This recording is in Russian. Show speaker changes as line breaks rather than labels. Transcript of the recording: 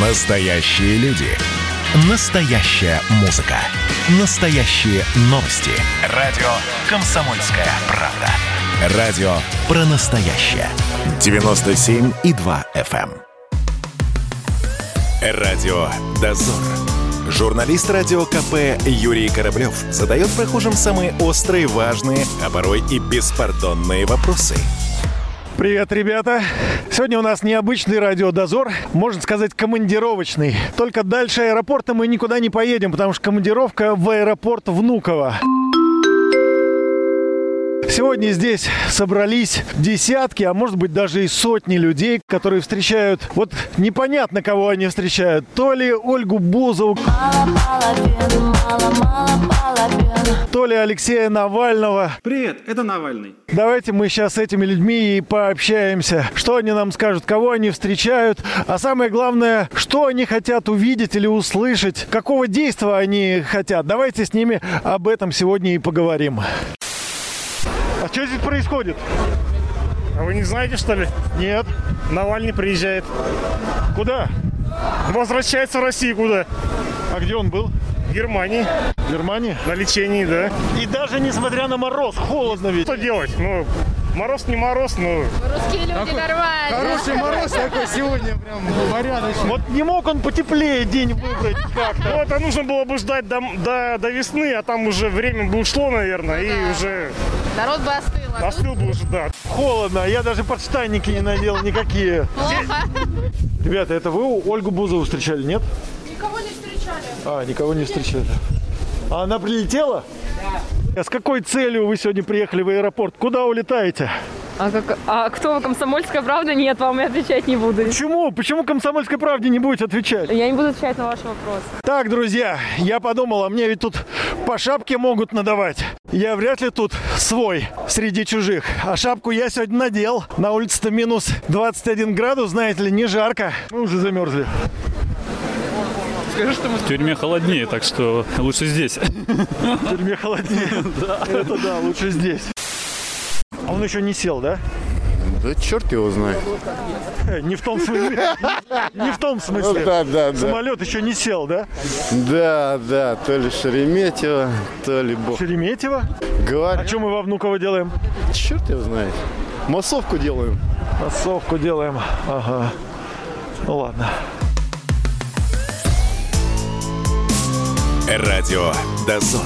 Настоящие люди. Настоящая музыка. Настоящие новости. Радио Комсомольская правда. Радио про настоящее. 97,2 FM. эм. Радио «Дозор». Журналист радио КП Юрий Кораблев задает прохожим самые острые, важные, а порой и беспардонные вопросы –
Привет, ребята! Сегодня у нас необычный радиодозор, можно сказать, командировочный. Только дальше аэропорта мы никуда не поедем, потому что командировка в аэропорт Внуково. Сегодня здесь собрались десятки, а может быть даже и сотни людей, которые встречают, вот непонятно, кого они встречают, то ли Ольгу Бузову, то ли Алексея Навального.
Привет, это Навальный.
Давайте мы сейчас с этими людьми и пообщаемся. Что они нам скажут, кого они встречают, а самое главное, что они хотят увидеть или услышать, какого действия они хотят. Давайте с ними об этом сегодня и поговорим. А что здесь происходит?
А Вы не знаете, что ли?
Нет.
Навальный приезжает.
Куда?
Возвращается в Россию куда?
А где он был?
В Германии.
В Германии?
На лечении, да.
И даже несмотря на мороз, холодно ведь.
Что делать? Ну, мороз не мороз, ну, но...
Русские люди нормально.
мороз такой сегодня, прям порядочный.
Вот не мог он потеплее день выбрать как-то.
Ну, это нужно было бы ждать до, до, до весны, а там уже время бы ушло, наверное, и уже
Народ бы остыл. а тут
остыл бы уже, да.
Холодно, а я даже подштанники не надел никакие.
плохо.
Ребята, это вы Ольгу Бузову встречали, нет?
Никого не встречали.
А, никого не встречали. А она прилетела? Да. А С какой целью вы сегодня приехали в аэропорт? Куда улетаете?
А, как, а кто вы, комсомольская правда? Нет, вам я отвечать не буду.
Почему? Почему комсомольской правде не будете отвечать?
Я не буду отвечать на ваш вопрос.
Так, друзья, я подумал, а мне ведь тут по шапке могут надавать. Я вряд ли тут свой среди чужих. А шапку я сегодня надел. На улице-то минус 21 градус, знаете ли, не жарко. Мы уже замерзли.
В тюрьме холоднее, так что лучше здесь.
В тюрьме холоднее. Это да, лучше здесь. А Он еще не сел, да?
Да черт его знает.
Э, Не в том смысле. Не в том смысле.
Ну да, да, да.
Самолет еще не сел, да?
Да, да, то ли Шереметьево, то ли Бог.
Шереметьево. А
Говорит,
что мы во Внуково делаем?
черт его знает. Массовку делаем.
Массовку делаем. Ага. Ну ладно.
Радио «Дозор».